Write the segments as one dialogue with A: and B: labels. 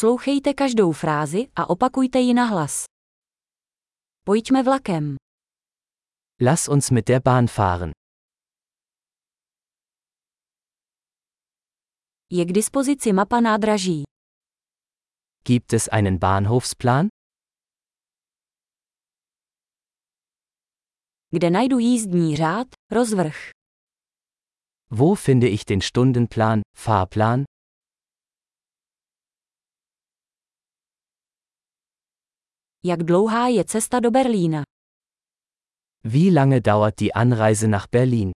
A: Poslouchejte každou frázi a opakujte ji nahlas. Pojďme vlakem.
B: Lass uns mit der Bahn fahren.
A: Je k dispozici mapa nádraží.
B: Gibt es einen Bahnhofsplan?
A: Kde najdu jízdní řád, rozvrh.
B: Wo finde ich den Stundenplan, Fahrplan?
A: Jak dlouhá je cesta do Berlína?
B: Wie lange dauert die Anreise nach Berlin?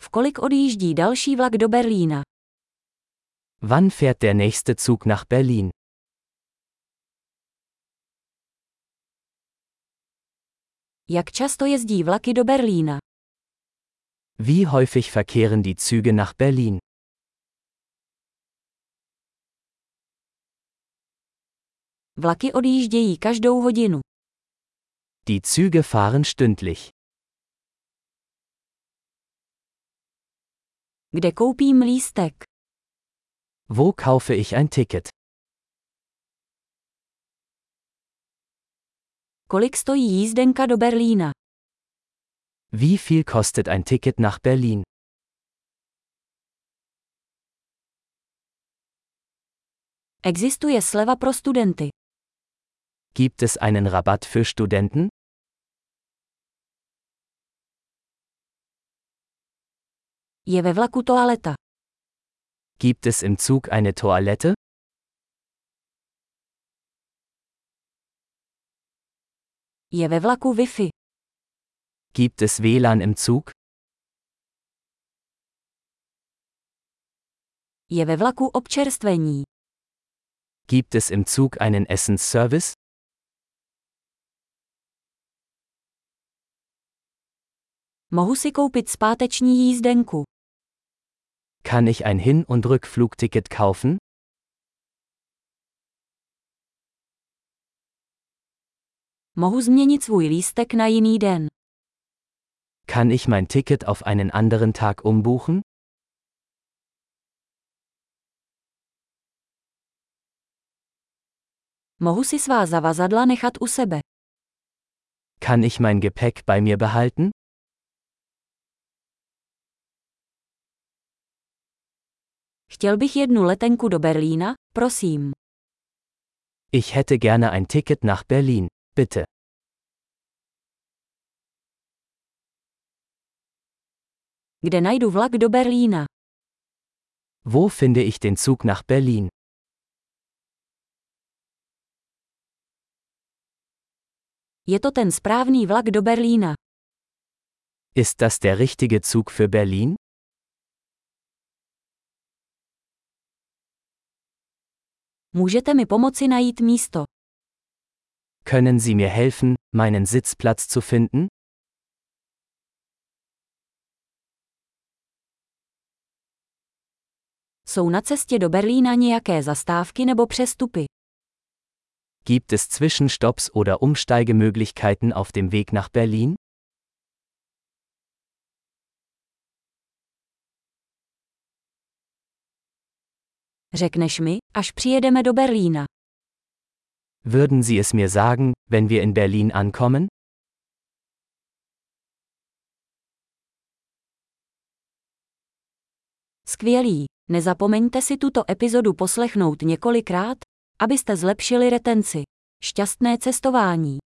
A: V kolik odjíždí další vlak do Berlína?
B: Wann fährt der nächste Zug nach Berlin?
A: Jak často jezdí vlaky do Berlína?
B: Wie häufig verkehren die Züge nach Berlin?
A: Vlaky odjíždějí každou hodinu.
B: Die Züge fahren stündlich.
A: Kde koupím lístek?
B: Wo kaufe ich ein Ticket?
A: Kolik stojí jízdenka do Berlína?
B: Wie viel kostet ein Ticket nach Berlin?
A: Existuje sleva pro studenty.
B: Gibt es einen Rabatt für Studenten?
A: Je ve vlaku toaleta.
B: Gibt es im Zug eine Toilette?
A: Je ve vlaku Wi-Fi.
B: Gibt es WLAN im Zug?
A: Je ve vlaku občerstvení.
B: Gibt es im Zug einen Essensservice?
A: Mohu si koupit zpáteční jízdenku.
B: Kann ich ein Hin- und Rückflugticket kaufen?
A: Mohu změnit svůj lístek na jiný den.
B: Kann ich mein Ticket auf einen anderen Tag umbuchen?
A: Mohu si svá zavazadla nechat u sebe.
B: Kann ich mein Gepäck bei mir behalten?
A: Chtěl bych jednu letenku do Berlína, prosím.
B: Ich hätte gerne ein Ticket nach Berlin, bitte.
A: Kde najdu vlak do Berlína?
B: Wo finde ich den Zug nach Berlin?
A: Je to ten správný vlak do Berlína.
B: Ist das der richtige Zug für Berlin?
A: Můžete mi pomoci najít místo.
B: Können Sie mir helfen, meinen Sitzplatz zu finden?
A: Jsou na cestě do Berlína nějaké zastávky nebo přestupy?
B: Gibt es Zwischenstopps oder Umsteigemöglichkeiten auf dem Weg nach Berlin?
A: Řekneš mi, až přijedeme do Berlína.
B: Würden Sie es mir sagen, wenn wir in Berlin ankommen?
A: Skvělý. Nezapomeňte si tuto epizodu poslechnout několikrát, abyste zlepšili retenci. Šťastné cestování.